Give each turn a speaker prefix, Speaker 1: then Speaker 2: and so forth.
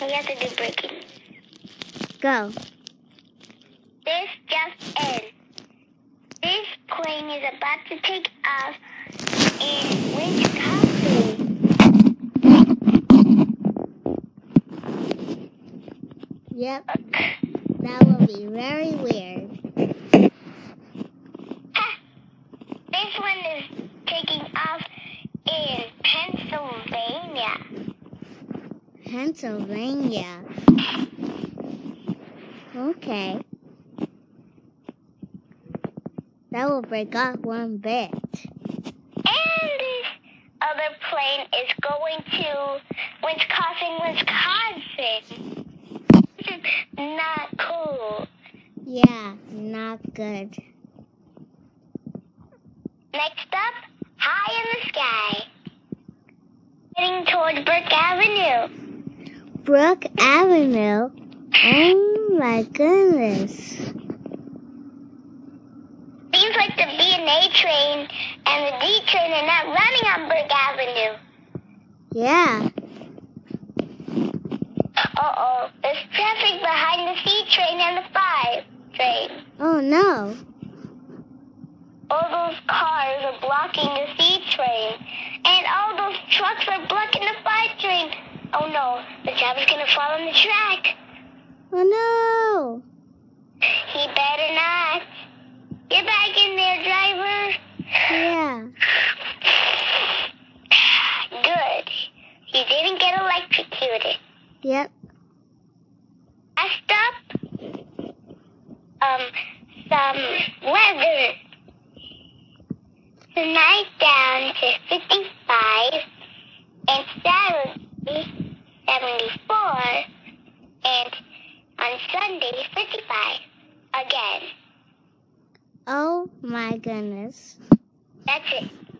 Speaker 1: I have to do breaking.
Speaker 2: Go.
Speaker 1: This just in. This plane is about to take off in Wisconsin.
Speaker 2: Yep. That will be very weird.
Speaker 1: This one is taking off in Pennsylvania.
Speaker 2: Pennsylvania. Okay. That will break off one bit.
Speaker 1: And this other plane is going to Wisconsin, Wisconsin. This is not cool.
Speaker 2: Yeah, not good.
Speaker 1: Next up, high in the sky. Heading toward Burke Avenue.
Speaker 2: Brook Avenue. Oh my goodness.
Speaker 1: Seems like the B&A train and the D train are not running on Burke Avenue.
Speaker 2: Yeah.
Speaker 1: Uh-oh, there's traffic behind the C train and the 5 train.
Speaker 2: Oh no.
Speaker 1: All those cars are blocking the C train, and all those trucks are blocking the 5 train. Oh no, the driver's gonna fall on the track.
Speaker 2: Oh no.
Speaker 1: He better not. Get back in there, driver.
Speaker 2: Yeah.
Speaker 1: Good. He didn't get electrocuted.
Speaker 2: Yep.
Speaker 1: Next up, um, some weather. Tonight down to 55, and Saturday 74, and on Sunday 55 again.
Speaker 2: Oh my goodness.
Speaker 1: That's it.